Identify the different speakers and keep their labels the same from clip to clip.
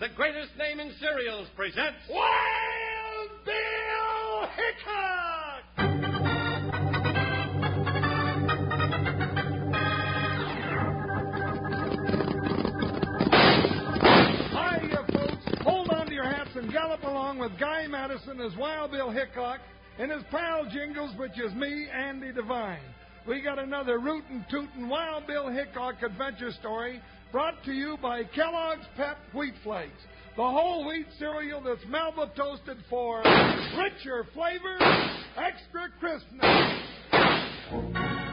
Speaker 1: the greatest name in cereals, presents Wild Bill Hickok! Hiya, folks. Hold on to your hats and gallop along with Guy Madison as Wild Bill Hickok and his pal Jingles, which is me, Andy Devine. We got another rootin' tootin' Wild Bill Hickok adventure story brought to you by Kellogg's Pep Wheat Flakes, the whole wheat cereal that's Melba toasted for richer flavor, extra crispness.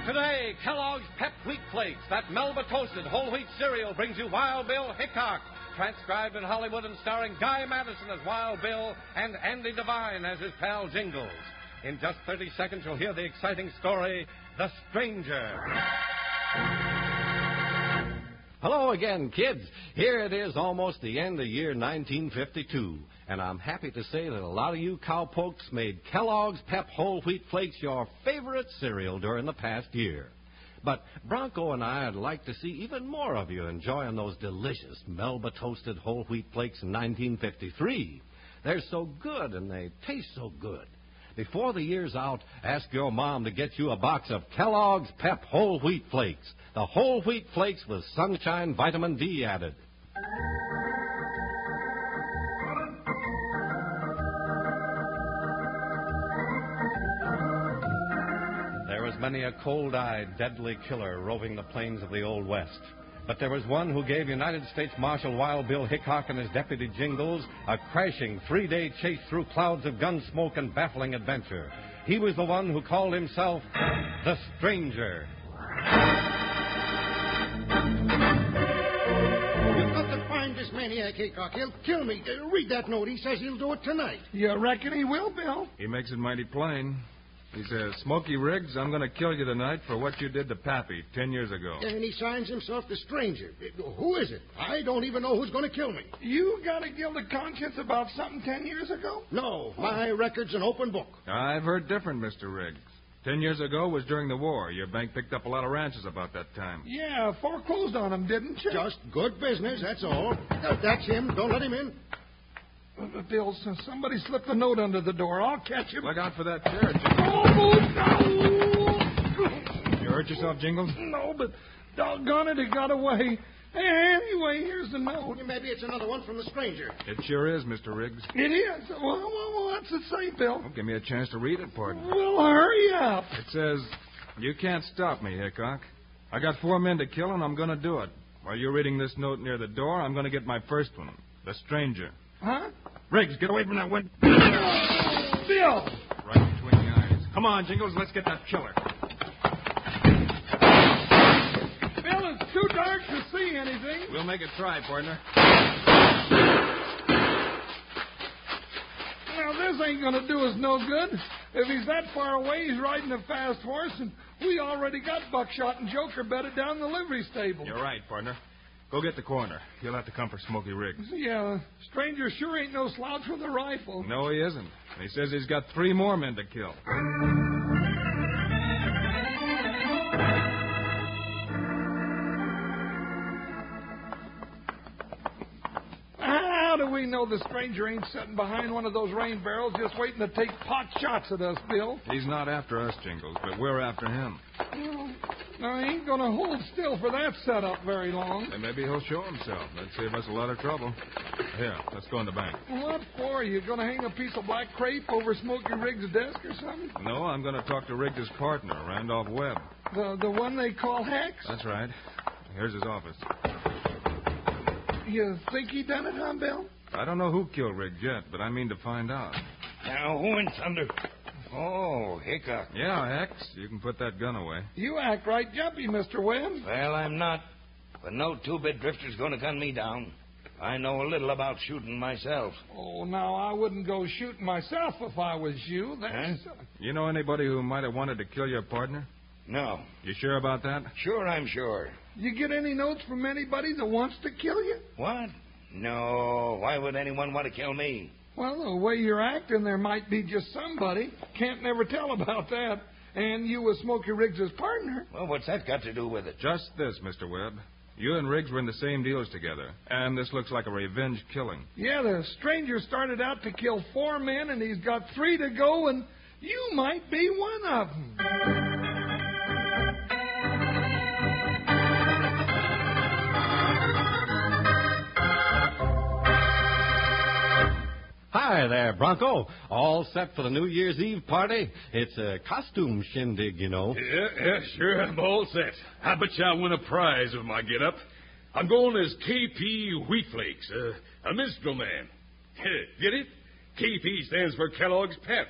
Speaker 1: Today, Kellogg's Pep Wheat Flakes, that Melba toasted whole wheat cereal, brings you Wild Bill Hickok, transcribed in Hollywood and starring Guy Madison as Wild Bill and Andy Devine as his pal Jingles. In just 30 seconds, you'll hear the exciting story, The Stranger. Hello again, kids. Here it is almost the end of year 1952, and I'm happy to say that a lot of you cowpokes made Kellogg's Pep Whole Wheat Flakes your favorite cereal during the past year. But Bronco and I would like to see even more of you enjoying those delicious Melba toasted whole wheat flakes in 1953. They're so good and they taste so good. Before the year's out, ask your mom to get you a box of Kellogg's Pep Whole Wheat Flakes. The whole wheat flakes with sunshine vitamin D added. There was many a cold eyed, deadly killer roving the plains of the Old West. But there was one who gave United States Marshal Wild Bill Hickok and his deputy Jingles a crashing three day chase through clouds of gun smoke and baffling adventure. He was the one who called himself the Stranger.
Speaker 2: You've got to find this maniac Hickok. He'll kill me. Uh, Read that note. He says he'll do it tonight.
Speaker 1: You reckon he will, Bill?
Speaker 3: He makes it mighty plain. He says, Smoky Riggs, I'm going to kill you tonight for what you did to Pappy ten years ago.
Speaker 2: And he signs himself the stranger. Uh, Who is it? I don't even know who's going to kill me.
Speaker 1: You got a guilty conscience about something ten years ago?
Speaker 2: No, my record's an open book.
Speaker 3: I've heard different, Mr. Riggs. Ten years ago was during the war. Your bank picked up a lot of ranches about that time.
Speaker 1: Yeah, foreclosed on him, didn't you?
Speaker 2: Just good business, that's all. Uh, That's him. Don't let him in.
Speaker 1: Uh, Bill, so somebody slipped a note under the door. I'll catch him.
Speaker 3: Look out for that chair, Jingles.
Speaker 1: Oh,
Speaker 3: You hurt yourself, Jingles?
Speaker 1: no! No, but doggone it, he got away. Anyway, here's the note.
Speaker 2: Maybe it's another one from the stranger.
Speaker 3: It sure is, Mr. Riggs.
Speaker 1: It is. Well, well, well, what's it say, Bill?
Speaker 3: Well, give me a chance to read it, pardon.
Speaker 1: Well, hurry up.
Speaker 3: It says, You can't stop me, Hickok. I got four men to kill, and I'm going to do it. While you're reading this note near the door, I'm going to get my first one the stranger.
Speaker 1: Huh?
Speaker 3: Riggs, get away from that window.
Speaker 1: Bill!
Speaker 3: Right between the eyes. Come on, Jingles, let's get that killer.
Speaker 1: Bill, it's too dark to see anything.
Speaker 3: We'll make a try, partner.
Speaker 1: Now, this ain't going to do us no good. If he's that far away, he's riding a fast horse, and we already got Buckshot and Joker bedded down in the livery stable.
Speaker 3: You're right, partner. Go get the coroner. You'll have to come for Smoky Riggs.
Speaker 4: Yeah, stranger sure ain't no slouch with a rifle.
Speaker 3: No, he isn't. And He says he's got three more men to kill.
Speaker 4: How do we know the stranger ain't sitting behind one of those rain barrels just waiting to take pot shots at us, Bill?
Speaker 3: He's not after us, Jingles, but we're after him.
Speaker 4: Now, he ain't gonna hold still for that setup very long.
Speaker 3: And maybe he'll show himself. That'd save us a lot of trouble. Here, let's go in the bank.
Speaker 4: What for? You gonna hang a piece of black crepe over Smoky Riggs' desk or something?
Speaker 3: No, I'm going to talk to Riggs' partner, Randolph Webb.
Speaker 4: The the one they call Hex?
Speaker 3: That's right. Here's his office.
Speaker 4: You think he done it, huh, Bill?
Speaker 3: I don't know who killed Riggs yet, but I mean to find out.
Speaker 5: Now, who in thunder? Oh, Hickok.
Speaker 3: Yeah, Hex, you can put that gun away.
Speaker 4: You act right jumpy, Mr. Webb.
Speaker 5: Well, I'm not. But no two-bit drifter's going to gun me down. I know a little about shooting myself.
Speaker 4: Oh, now I wouldn't go shooting myself if I was you. That's
Speaker 3: You know anybody who might have wanted to kill your partner?
Speaker 5: No.
Speaker 3: You sure about that?
Speaker 5: Sure, I'm sure.
Speaker 4: you get any notes from anybody that wants to kill you?
Speaker 5: What? No. Why would anyone want to kill me?
Speaker 4: Well, the way you're acting, there might be just somebody. Can't never tell about that. And you was Smoky Riggs' partner.
Speaker 5: Well, what's that got to do with it?
Speaker 3: Just this, Mr. Webb. You and Riggs were in the same deals together, and this looks like a revenge killing.
Speaker 4: Yeah, the stranger started out to kill four men, and he's got three to go, and you might be one of them.
Speaker 1: Hi there, Bronco. All set for the New Year's Eve party? It's a costume shindig, you know.
Speaker 6: Yeah, yeah, sure. I'm all set. I bet you I win a prize with my get up. I'm going as KP Wheatflakes, uh, a minstrel man. get it? KP stands for Kellogg's Pep.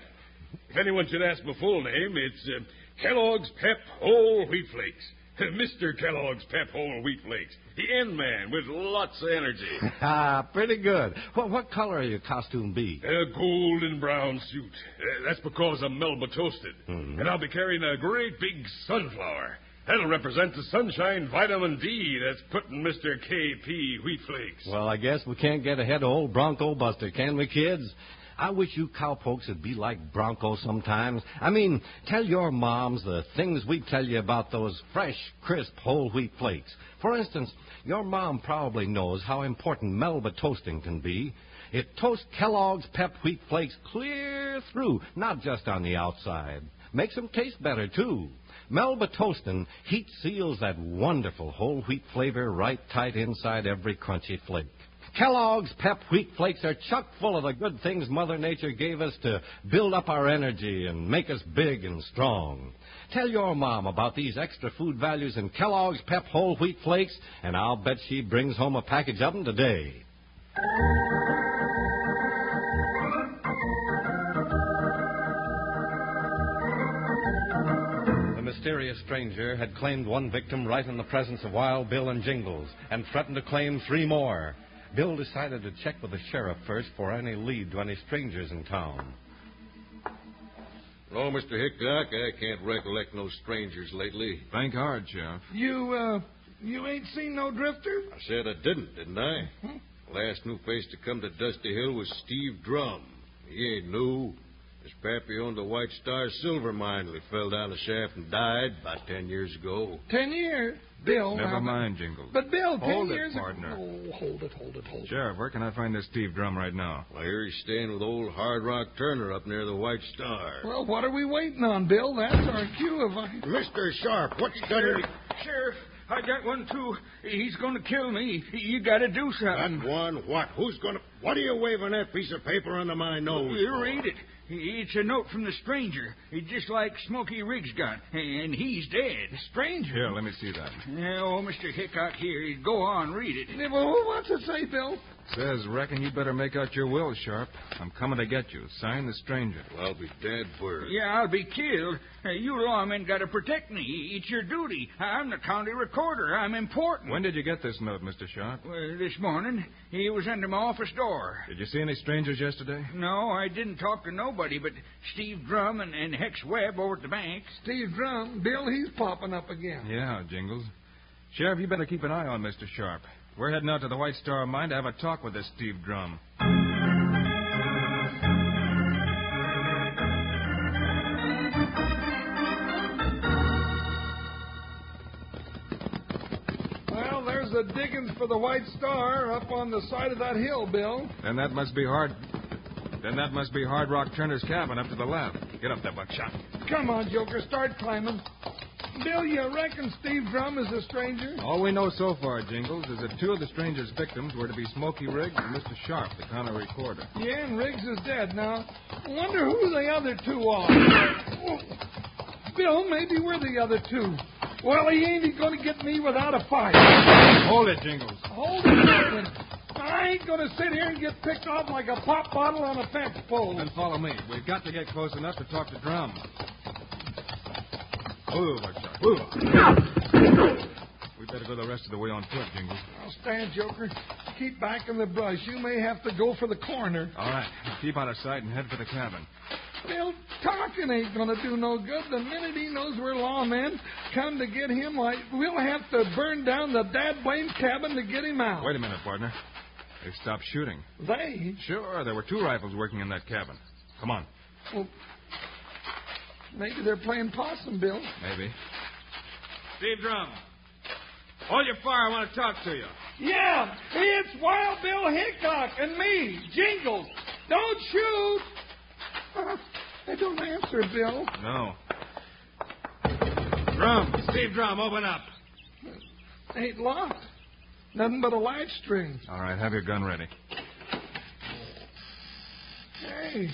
Speaker 6: If anyone should ask my full name, it's uh, Kellogg's Pep Whole Wheat Flakes. Mr. Kellogg's Pep Whole Wheat Flakes. The end man with lots of energy.
Speaker 1: Ah, pretty good. What, what color will your costume be?
Speaker 6: A golden brown suit. Uh, that's because I'm Melba toasted. And I'll be carrying a great big sunflower. That'll represent the sunshine vitamin D that's putting Mr. KP Wheat Flakes.
Speaker 1: Well, I guess we can't get ahead of old Bronco Buster, can we, kids? I wish you cowpokes would be like Bronco sometimes. I mean, tell your moms the things we tell you about those fresh, crisp whole wheat flakes. For instance, your mom probably knows how important Melba toasting can be. It toasts Kellogg's Pep Wheat Flakes clear through, not just on the outside. Makes them taste better, too. Melba Toastin' heat seals that wonderful whole wheat flavor right tight inside every crunchy flake. Kellogg's Pep Wheat Flakes are chock full of the good things Mother Nature gave us to build up our energy and make us big and strong. Tell your mom about these extra food values in Kellogg's Pep Whole Wheat Flakes, and I'll bet she brings home a package of them today. The mysterious stranger had claimed one victim right in the presence of Wild Bill and Jingles and threatened to claim three more. Bill decided to check with the sheriff first for any lead to any strangers in town.
Speaker 7: No, Mr. Oh, Hickok, I can't recollect no strangers lately.
Speaker 3: Think hard, Sheriff.
Speaker 4: You, uh, you ain't seen no drifter? Mm-hmm.
Speaker 7: I said I didn't, didn't I? Last new face to come to Dusty Hill was Steve Drum. He ain't new. His pappy owned the White Star silver mine till he fell down a shaft and died about ten years ago.
Speaker 4: Ten years. Bill. now-
Speaker 3: Never mind, Jingles.
Speaker 4: But, Bill, ten
Speaker 3: Hold it,
Speaker 4: years
Speaker 3: partner.
Speaker 4: ago. Oh, hold it, hold it, hold it.
Speaker 3: Sheriff, where can I find this Steve Drum right now?
Speaker 7: I hear he's staying with old Hard Rock Turner up near the White Star.
Speaker 4: Well, what are we waiting on, Bill? That's our cue of. I...
Speaker 7: Mr. Sharp, what's done?
Speaker 4: Sheriff, I got one too. He's going to kill me. You got to do
Speaker 7: That one, what? Who's gonna? What are you waving that piece of paper under my nose? for?
Speaker 4: it. It's a note from the stranger, just like Smoky Riggs got, and he's dead. Stranger?
Speaker 3: Here, let me see that.
Speaker 4: Oh, Mr. Hickok, here, go on, read it. Well, who wants it say, Bill?
Speaker 3: Says, reckon you better make out your will, Sharp. I'm coming to get you. Sign the stranger.
Speaker 7: I'll be dead for it.
Speaker 4: Yeah, I'll be killed. Uh, you lawmen got to protect me. It's your duty. I'm the county recorder. I'm important.
Speaker 3: When did you get this note, Mr. Sharp?
Speaker 4: Uh, this morning, he was under my office door.
Speaker 3: Did you see any strangers yesterday?
Speaker 4: No, I didn't talk to nobody but Steve Drum and, and Hex Webb over at the bank. Steve Drum? Bill, he's popping up again.
Speaker 3: Yeah, Jingles. Sheriff, you better keep an eye on Mr. Sharp. We're heading out to the White Star Mine to have a talk with this Steve Drum.
Speaker 4: Well, there's the diggings for the White Star up on the side of that hill, Bill.
Speaker 3: Then that must be hard. Then that must be Hard Rock Turner's cabin up to the left. Get up there, Buckshot.
Speaker 4: Come on, Joker, start climbing. Bill, you reckon Steve Drum is a stranger?
Speaker 3: All we know so far, Jingles, is that two of the stranger's victims were to be Smoky Riggs and Mr. Sharp, the counter recorder.
Speaker 4: Yeah, and Riggs is dead. Now, wonder who the other two are. Bill, maybe we're the other two. Well, he ain't going to get me without a fight.
Speaker 3: Hold it, Jingles.
Speaker 4: Hold it, Captain. I ain't going to sit here and get picked off like a pop bottle on a fence pole.
Speaker 3: Then follow me. We've got to get close enough to talk to Drum. Move, Buckshot. Move. We better go the rest of the way on foot, Jingles.
Speaker 4: I'll stand, Joker. Keep back in the brush. You may have to go for the corner.
Speaker 3: All right. Keep out of sight and head for the cabin.
Speaker 4: Bill, talking ain't going to do no good. The minute he knows we're lawmen, come to get him, like, we'll have to burn down the dad blame cabin to get him out.
Speaker 3: Wait a minute, partner. They stopped shooting.
Speaker 4: They?
Speaker 3: Sure, there were two rifles working in that cabin. Come on.
Speaker 4: Well, maybe they're playing possum, Bill.
Speaker 3: Maybe. Steve Drum. Hold your fire. I want to talk to you.
Speaker 4: Yeah, it's Wild Bill Hickok and me, Jingles. Don't shoot! they don't answer, Bill.
Speaker 3: No. Drum. Steve Drum, open up.
Speaker 4: Ain't locked. Nothing but a light string.
Speaker 3: All right, have your gun ready.
Speaker 4: Hey,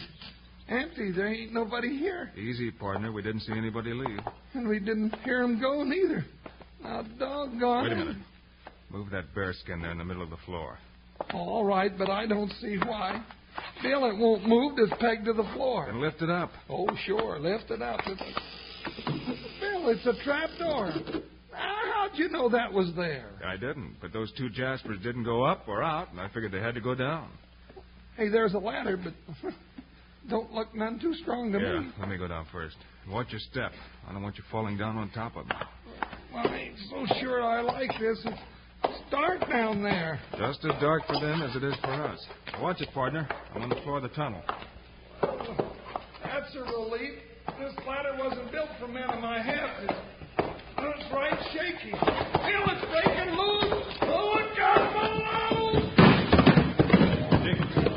Speaker 4: empty. There ain't nobody here.
Speaker 3: Easy, partner. We didn't see anybody leave.
Speaker 4: And we didn't hear him go neither. Now, doggone.
Speaker 3: Wait a
Speaker 4: it.
Speaker 3: minute. Move that bearskin there in the middle of the floor.
Speaker 4: All right, but I don't see why. Bill, it won't move. It's pegged to the floor.
Speaker 3: And lift it up.
Speaker 4: Oh, sure. Lift it up. It's Bill, it's a trap door. Ah, How'd you know that was there?
Speaker 3: I didn't, but those two Jaspers didn't go up or out, and I figured they had to go down.
Speaker 4: Hey, there's a ladder, but don't look none too strong to
Speaker 3: Yeah,
Speaker 4: me.
Speaker 3: let me go down first. Watch your step. I don't want you falling down on top of me.
Speaker 4: Well, I ain't so sure I like this. It's dark down there.
Speaker 3: Just as dark for them as it is for us. Watch it, partner. I'm on the floor of the tunnel.
Speaker 4: That's a relief. This ladder wasn't built for men of my half. It's, it's right shaky. Bill, it's breaking loose. Oh, it got below.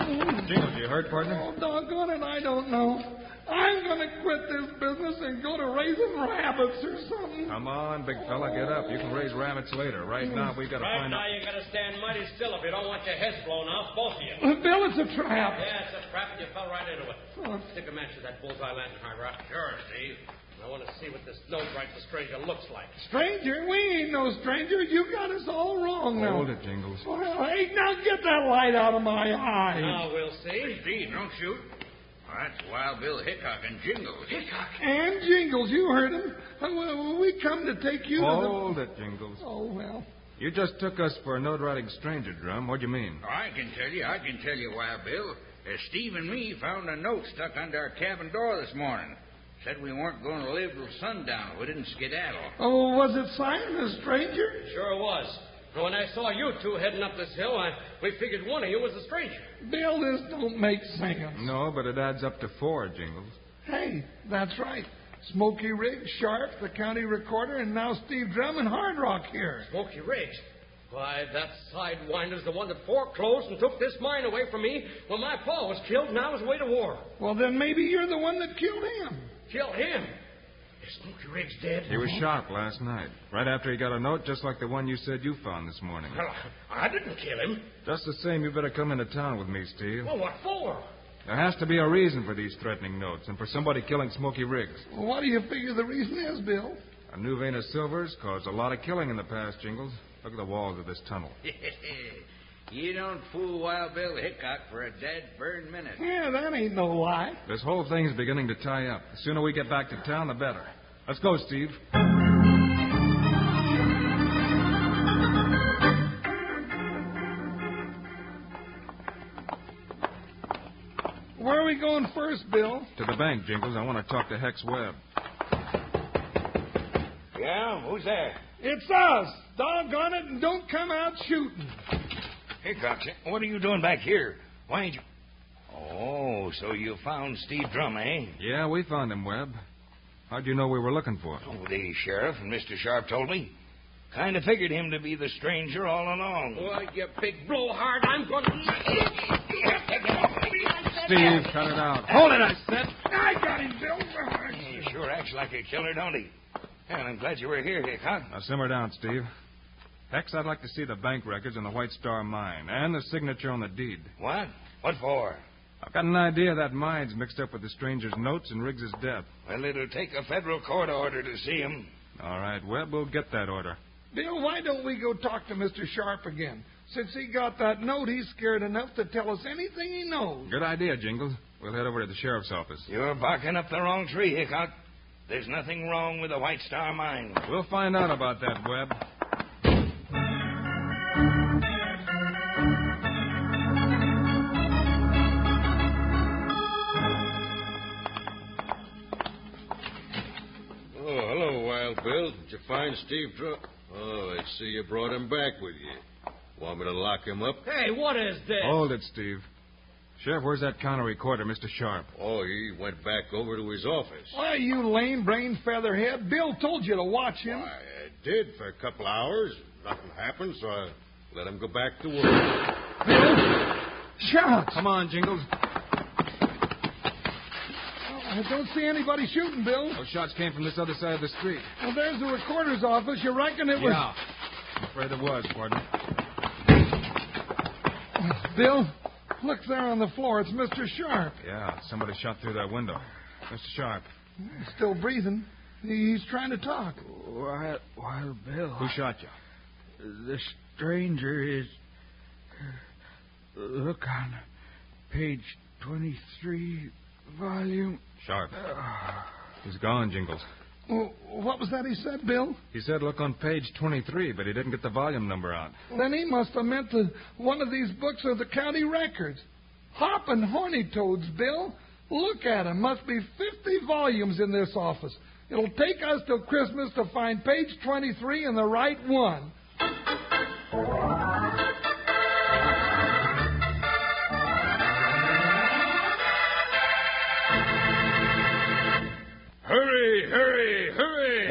Speaker 3: Jingles, you hurt, partner?
Speaker 4: Oh, doggone it, I don't know. I'm going to quit this business and go to raising rabbits or something.
Speaker 3: Come on, big fella, get up. You can raise rabbits later. Right now, we've got to
Speaker 8: Right
Speaker 3: find
Speaker 8: now,
Speaker 3: out.
Speaker 8: you gotta stand mighty still if you don't want your heads blown off, both of you.
Speaker 4: Bill, it's a trap.
Speaker 8: Yeah, it's a trap, and you fell right into it.
Speaker 4: Oh.
Speaker 8: Stick a match to that bullseye lantern, Hard Rock. Sure, Steve. And I want to see what this nose-right stranger looks like.
Speaker 4: Stranger, we ain't no stranger. You got us all wrong now.
Speaker 3: Hold it, Jingles.
Speaker 4: Well, hey, now get that light out of my eye.
Speaker 8: Now we'll see.
Speaker 5: Steve, don't shoot. That's Wild Bill Hickok and Jingles. Hickok?
Speaker 4: And Jingles, you heard him. Uh, well, We come to take you to
Speaker 3: Hold it, Jingles.
Speaker 4: the. Oh, well.
Speaker 3: You just took us for a note-writing stranger, Drum. What do you mean?
Speaker 5: Oh, I can tell you, I can tell you, Wild Bill. Uh, Steve and me found a note stuck under our cabin door this morning. Said we weren't going to live till sundown. We didn't skedaddle.
Speaker 4: Oh, was it signed, the stranger?
Speaker 8: Sure was. And when I saw you two heading up this hill, I, we figured one of you was a stranger.
Speaker 4: Bill, this don't make sense.
Speaker 3: No, but it adds up to four, Jingles.
Speaker 4: Hey, that's right. Smoky Riggs, Sharp, the county recorder, and now Steve Drum and Hard Rock here.
Speaker 8: Smoky Riggs. Why, that sidewinder's the one that foreclosed and took this mine away from me when my pa was killed and I was away to war.
Speaker 4: Well, then maybe you're the one that killed him.
Speaker 8: Killed him. Is Smoky Riggs dead?
Speaker 3: He was shot last night, right after he got a note just like the one you said you found this morning.
Speaker 8: Well, I didn't kill him.
Speaker 3: Just the same, you better come into town with me, Steve.
Speaker 8: Well, what for?
Speaker 3: There has to be a reason for these threatening notes and for somebody killing Smoky Riggs.
Speaker 4: Well, what do you figure the reason is, Bill?
Speaker 3: A new vein of silver's caused a lot of killing in the past, Jingles. Look at the walls of this tunnel.
Speaker 5: you don't fool Wild Bill Hickok for a dead burn minute.
Speaker 4: Yeah, that ain't no lie.
Speaker 3: This whole thing's beginning to tie up. The sooner we get back to town, the better. Let's go, Steve.
Speaker 4: Where are we going first, Bill?
Speaker 3: To the bank, Jingles. I want to talk to Hex Webb.
Speaker 5: Yeah, who's there?
Speaker 4: It's us. Doggone it, and don't come out shooting.
Speaker 9: Hey, Cox, what are you doing back here? Why ain't you. Oh, so you found Steve Drum, eh?
Speaker 3: Yeah, we found him, Webb. How'd you know we were looking for him?
Speaker 9: Oh, the sheriff and Mr. Sharp told me. Kind of figured him to be the stranger all along.
Speaker 10: Well, you big blowhard, I'm going to.
Speaker 3: Steve, cut it out.
Speaker 9: Hold it, I
Speaker 3: said.
Speaker 4: I got him, Bill.
Speaker 9: He sure acts like a killer, don't he? Man, I'm glad you were here, Hick, huh?
Speaker 3: Now, simmer down, Steve. Hex, I'd like to see the bank records in the White Star Mine and the signature on the deed.
Speaker 9: What? What for?
Speaker 3: I've got an idea that mine's mixed up with the stranger's notes and Riggs's death.
Speaker 9: Well, it'll take a federal court order to see him.
Speaker 3: All right, Webb, we'll get that order.
Speaker 4: Bill, why don't we go talk to Mr. Sharp again? Since he got that note, he's scared enough to tell us anything he knows.
Speaker 3: Good idea, Jingles. We'll head over to the sheriff's office.
Speaker 9: You're barking up the wrong tree, Hickok. There's nothing wrong with the White Star Mine.
Speaker 3: We'll find out about that, Webb.
Speaker 11: Oh, hello, Wild Bill. Did you find Steve Drum? Oh, I see you brought him back with you. Want me to lock him up?
Speaker 10: Hey, what is this?
Speaker 3: Hold it, Steve. Sheriff, where's that counter recorder, Mr. Sharp?
Speaker 11: Oh, he went back over to his office.
Speaker 4: Why, you lame brain featherhead. Bill told you to watch him.
Speaker 11: I uh, did for a couple hours. Nothing happened, so I let him go back to work.
Speaker 4: Shucks.
Speaker 3: Come on, Jingles.
Speaker 4: I don't see anybody shooting, Bill.
Speaker 3: Those shots came from this other side of the street.
Speaker 4: Well, there's the recorder's office. You reckon it was.
Speaker 3: Yeah. I'm afraid it was, Gordon.
Speaker 4: Bill, look there on the floor. It's Mr. Sharp.
Speaker 3: Yeah, somebody shot through that window. Mr. Sharp.
Speaker 4: Still breathing. He- He's trying to talk.
Speaker 12: Wild, Wild Bill.
Speaker 3: Who shot you?
Speaker 12: The stranger is. Look on page 23, volume.
Speaker 3: Sharp. He's gone, Jingles.
Speaker 4: Well, What was that he said, Bill?
Speaker 3: He said look on page 23, but he didn't get the volume number out.
Speaker 4: Then he must have meant the, one of these books of the county records. Hoppin' horny toads, Bill. Look at 'em. Must be 50 volumes in this office. It'll take us till Christmas to find page 23 and the right one.
Speaker 6: Hurry, hurry, hurry!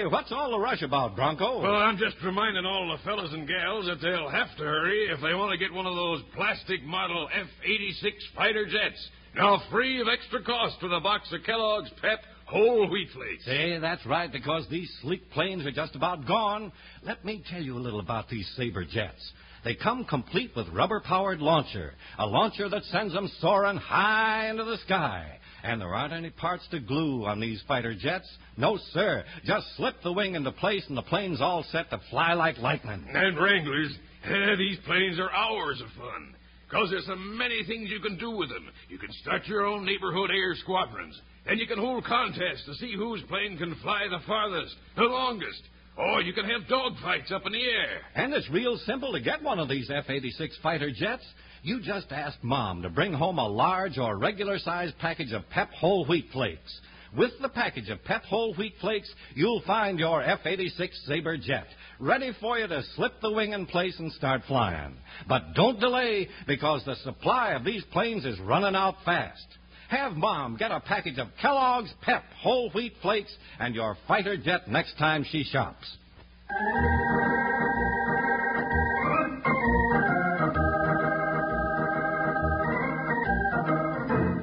Speaker 13: Hey, what's all the rush about, Bronco?
Speaker 6: Well, I'm just reminding all the fellas and gals that they'll have to hurry if they want to get one of those plastic model F 86 fighter jets. Now free of extra cost with a box of Kellogg's Pep Whole Wheat Flakes.
Speaker 1: Say, that's right, because these sleek planes are just about gone. Let me tell you a little about these Sabre jets. They come complete with rubber powered launcher, a launcher that sends them soaring high into the sky. And there aren't any parts to glue on these fighter jets. No, sir. Just slip the wing into place and the plane's all set to fly like lightning.
Speaker 6: And Wranglers, eh, these planes are hours of fun. Because there's so many things you can do with them. You can start your own neighborhood air squadrons. And you can hold contests to see whose plane can fly the farthest, the longest. Or you can have dogfights up in the air.
Speaker 1: And it's real simple to get one of these F 86 fighter jets. You just ask Mom to bring home a large or regular sized package of Pep Whole Wheat Flakes. With the package of Pep Whole Wheat Flakes, you'll find your F 86 Sabre jet, ready for you to slip the wing in place and start flying. But don't delay, because the supply of these planes is running out fast. Have Mom get a package of Kellogg's Pep Whole Wheat Flakes and your fighter jet next time she shops.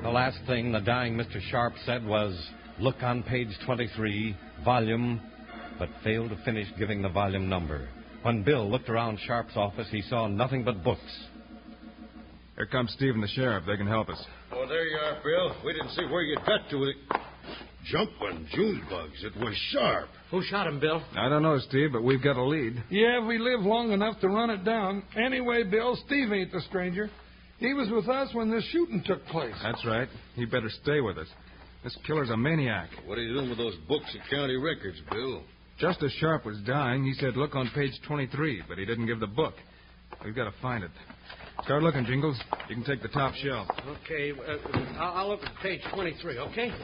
Speaker 1: The last thing the dying Mr. Sharp said was, look on page 23, volume, but failed to finish giving the volume number. When Bill looked around Sharp's office, he saw nothing but books.
Speaker 3: Here comes Steve and the sheriff. They can help us.
Speaker 11: Oh, there you are, Bill. We didn't see where you got to with it. Jumping June bugs. It was sharp.
Speaker 10: Who shot him, Bill?
Speaker 3: I don't know, Steve, but we've got a lead.
Speaker 4: Yeah, if we live long enough to run it down. Um, Anyway, Bill, Steve ain't the stranger. He was with us when this shooting took place.
Speaker 3: That's right. He better stay with us. This killer's a maniac.
Speaker 11: What are you doing with those books of county records, Bill?
Speaker 3: Just as Sharp was dying, he said, look on page 23, but he didn't give the book. We've got to find it. Start looking, Jingles. You can take the top shelf.
Speaker 10: Okay, uh, I'll, I'll look at page 23, okay?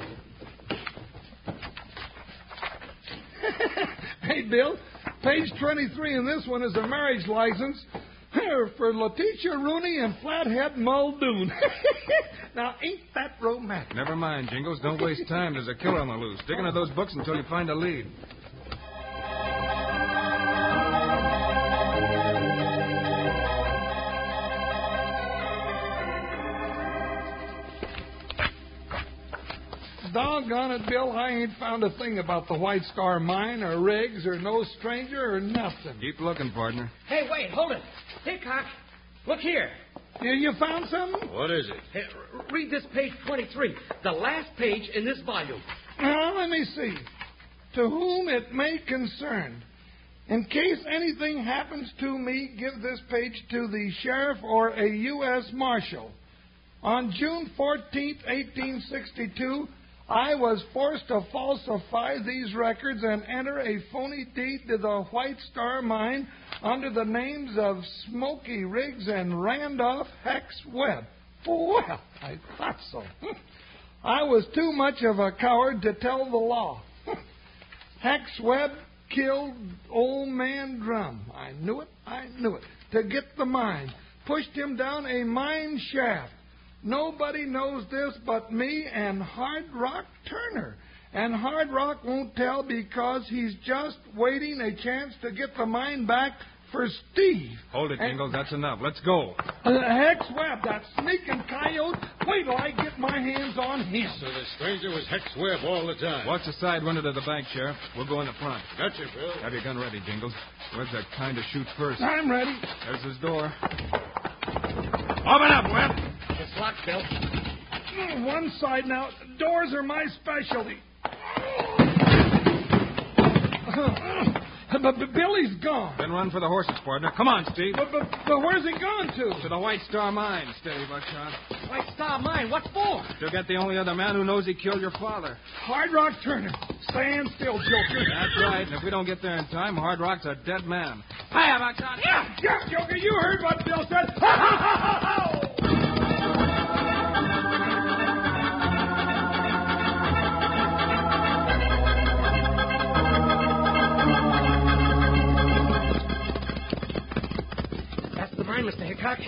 Speaker 4: Hey, Bill, Page 23 in this one is a marriage license here for Letitia Rooney and Flathead Muldoon. now, ain't that romantic?
Speaker 3: Never mind, Jingles. Don't waste time. There's a killer on the loose. Dig into those books until you find a lead.
Speaker 4: Doggone it, Bill, I ain't found a thing about the White Star Mine or Riggs or no stranger or nothing.
Speaker 3: Keep looking, partner.
Speaker 8: Hey, wait, hold it. Hickok, look here.
Speaker 4: You, you found something?
Speaker 7: What is it?
Speaker 8: Hey, r- read this page 23, the last page in this volume.
Speaker 4: Now, let me see. To whom it may concern. In case anything happens to me, give this page to the sheriff or a U.S. Marshal. On June 14, 1862, I was forced to falsify these records and enter a phony deed to the White Star Mine under the names of Smoky Riggs and Randolph Hex Webb. Well, I thought so. Hmm. I was too much of a coward to tell the law. Hex Webb killed old man Drum. I knew it, I knew it. To get the mine. Pushed him down a mine shaft. Nobody knows this but me and Hard Rock Turner. And Hard Rock won't tell because he's just waiting a chance to get the mine back for Steve.
Speaker 3: Hold it, Jingles. That's enough. Let's go.
Speaker 4: Uh, Hex Webb, that sneaking coyote. Wait till I get my hands on him.
Speaker 7: So the stranger was Hex Webb all the time.
Speaker 3: Watch the side window to the bank, Sheriff. We'll go in the front.
Speaker 7: Gotcha, Bill.
Speaker 3: Have your gun ready, Jingles. Webb's the kind to shoot first.
Speaker 4: I'm ready.
Speaker 3: There's his door.
Speaker 7: Open up, Webb.
Speaker 8: It's locked, Bill.
Speaker 4: Mm, One side now. Doors are my specialty. But, but Billy's gone.
Speaker 3: Then run for the horses, partner. Come on, Steve.
Speaker 4: But, but, but where's he gone
Speaker 3: To
Speaker 4: to?
Speaker 3: the White Star Mine. Steady, Buckshot.
Speaker 8: White Star Mine, what for?
Speaker 3: You'll get the only other man who knows he killed your father.
Speaker 4: Hard Rock Turner. Stand still, Joker.
Speaker 3: That's right. And if we don't get there in time, Hard Rock's a dead man. Hiya, Buckshot.
Speaker 4: Yeah, yeah, Joker, you heard what Bill said. Ha, ha, ha, ha, ha.
Speaker 8: That's the mine, Mr. Hickok.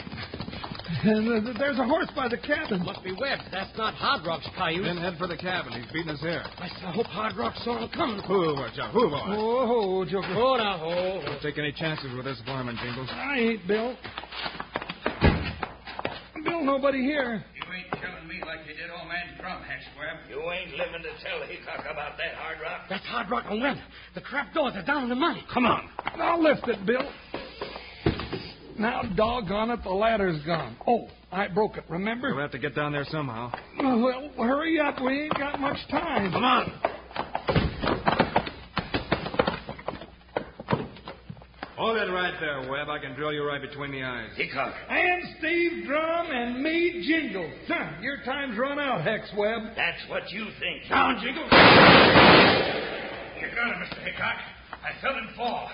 Speaker 4: And, uh, There's a horse by the cabin.
Speaker 8: Must be Webb. That's not Hard Rock's coyote.
Speaker 3: Then head for the cabin. He's beating us here.
Speaker 8: I s- I hope Hard Rock saw him coming.
Speaker 3: Whoa, watch out. Whoa, boy.
Speaker 4: Oh, Joker.
Speaker 8: Hold on, hold.
Speaker 3: Don't Oh. take any chances with this varmint, Jingles.
Speaker 4: I ain't Bill. Bill, nobody here.
Speaker 5: You ain't killing me like you did old man Drum, Hex Webb. You ain't living to tell Hickok about that, Hard Rock.
Speaker 8: That's Hard Rock and Webb. The trap doors are down in the mine.
Speaker 5: Come on.
Speaker 4: I'll lift it, Bill. Now, doggone it, the ladder's gone. Oh, I broke it,
Speaker 3: We'll
Speaker 4: remember?
Speaker 3: have to get down there somehow.
Speaker 4: Oh, Well, hurry up. We ain't got much time.
Speaker 5: Come on.
Speaker 3: Hold it right there, Webb. I can drill you right between the eyes.
Speaker 5: Hickok.
Speaker 4: And Steve Drum and me, Jingle. Huh, your time's run out, Hex Webb.
Speaker 5: That's what you think. Down, Jingles. You got him, Mr. Hickok. I felt him fall.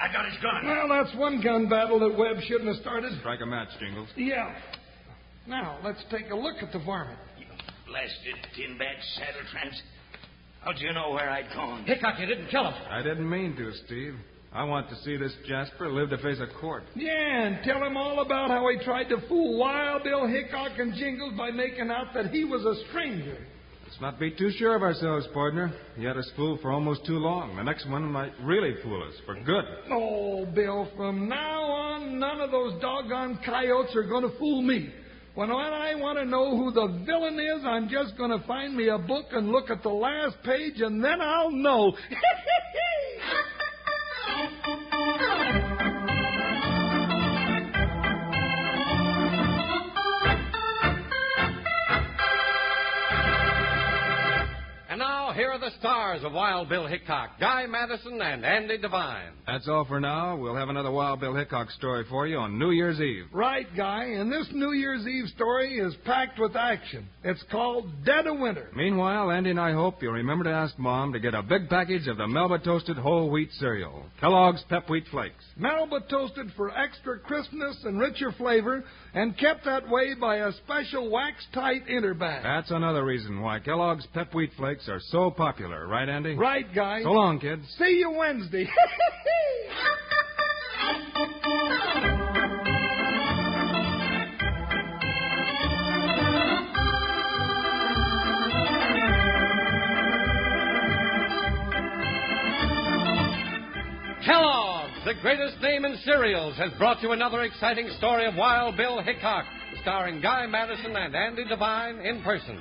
Speaker 5: I got his gun.
Speaker 4: Well, that's one gun battle that Webb shouldn't have started.
Speaker 3: Strike a match, Jingles.
Speaker 4: Yeah. Now, let's take a look at the varmint.
Speaker 5: You blasted tinback saddle tramps. How'd you know where I'd gone?
Speaker 8: Hickok, you didn't kill him.
Speaker 3: I didn't mean to, Steve. I want to see this Jasper live to face a court.
Speaker 4: Yeah, and tell him all about how he tried to fool Wild Bill Hickok and Jingles by making out that he was a stranger.
Speaker 3: Let's not be too sure of ourselves, partner. He had us fooled for almost too long. The next one might really fool us for good.
Speaker 4: Oh, Bill, from now on, none of those doggone coyotes are going to fool me. When I want to know who the villain is, I'm just going to find me a book and look at the last page, and then I'll know.
Speaker 1: And now, here are the stars of Wild Bill Hickok, Guy Madison, and Andy Devine.
Speaker 3: That's all for now. We'll have another Wild Bill Hickok story for you on New Year's Eve.
Speaker 4: right, Guy, and this New Year's Eve story is packed with action. It's called Dead of Winter.
Speaker 3: Meanwhile, Andy and I hope you'll remember to ask Mom to get a big package of the Melba Toasted Whole Wheat Cereal, Kellogg's Pep Wheat Flakes.
Speaker 4: Melba toasted for extra crispness and richer flavor, and kept that way by a special wax tight inner bag.
Speaker 3: That's another reason why Kellogg's Pep Wheat Flakes are so popular, right, Andy?
Speaker 4: Right, guys.
Speaker 3: So long, kids.
Speaker 4: See you Wednesday.
Speaker 1: Kellogg's, the greatest name in cereals, has brought you another exciting story of Wild Bill Hickok, starring Guy Madison and Andy Devine in person.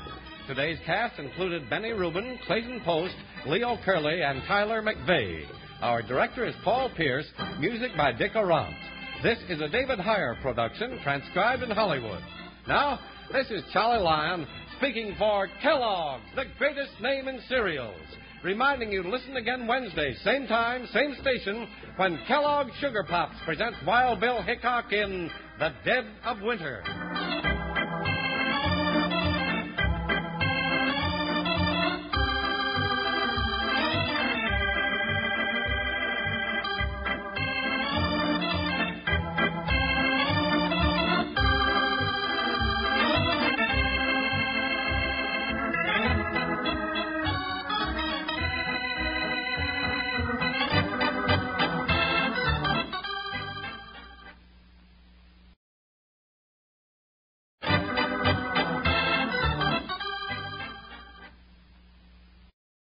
Speaker 1: Today's cast included Benny Rubin, Clayton Post, Leo Curley, and Tyler McVeigh. Our director is Paul Pierce, music by Dick Arant. This is a David Heyer production, transcribed in Hollywood. Now, this is Charlie Lyon speaking for Kellogg's, the greatest name in cereals, reminding you to listen again Wednesday, same time, same station, when Kellogg's Sugar Pops presents Wild Bill Hickok in The Dead of Winter.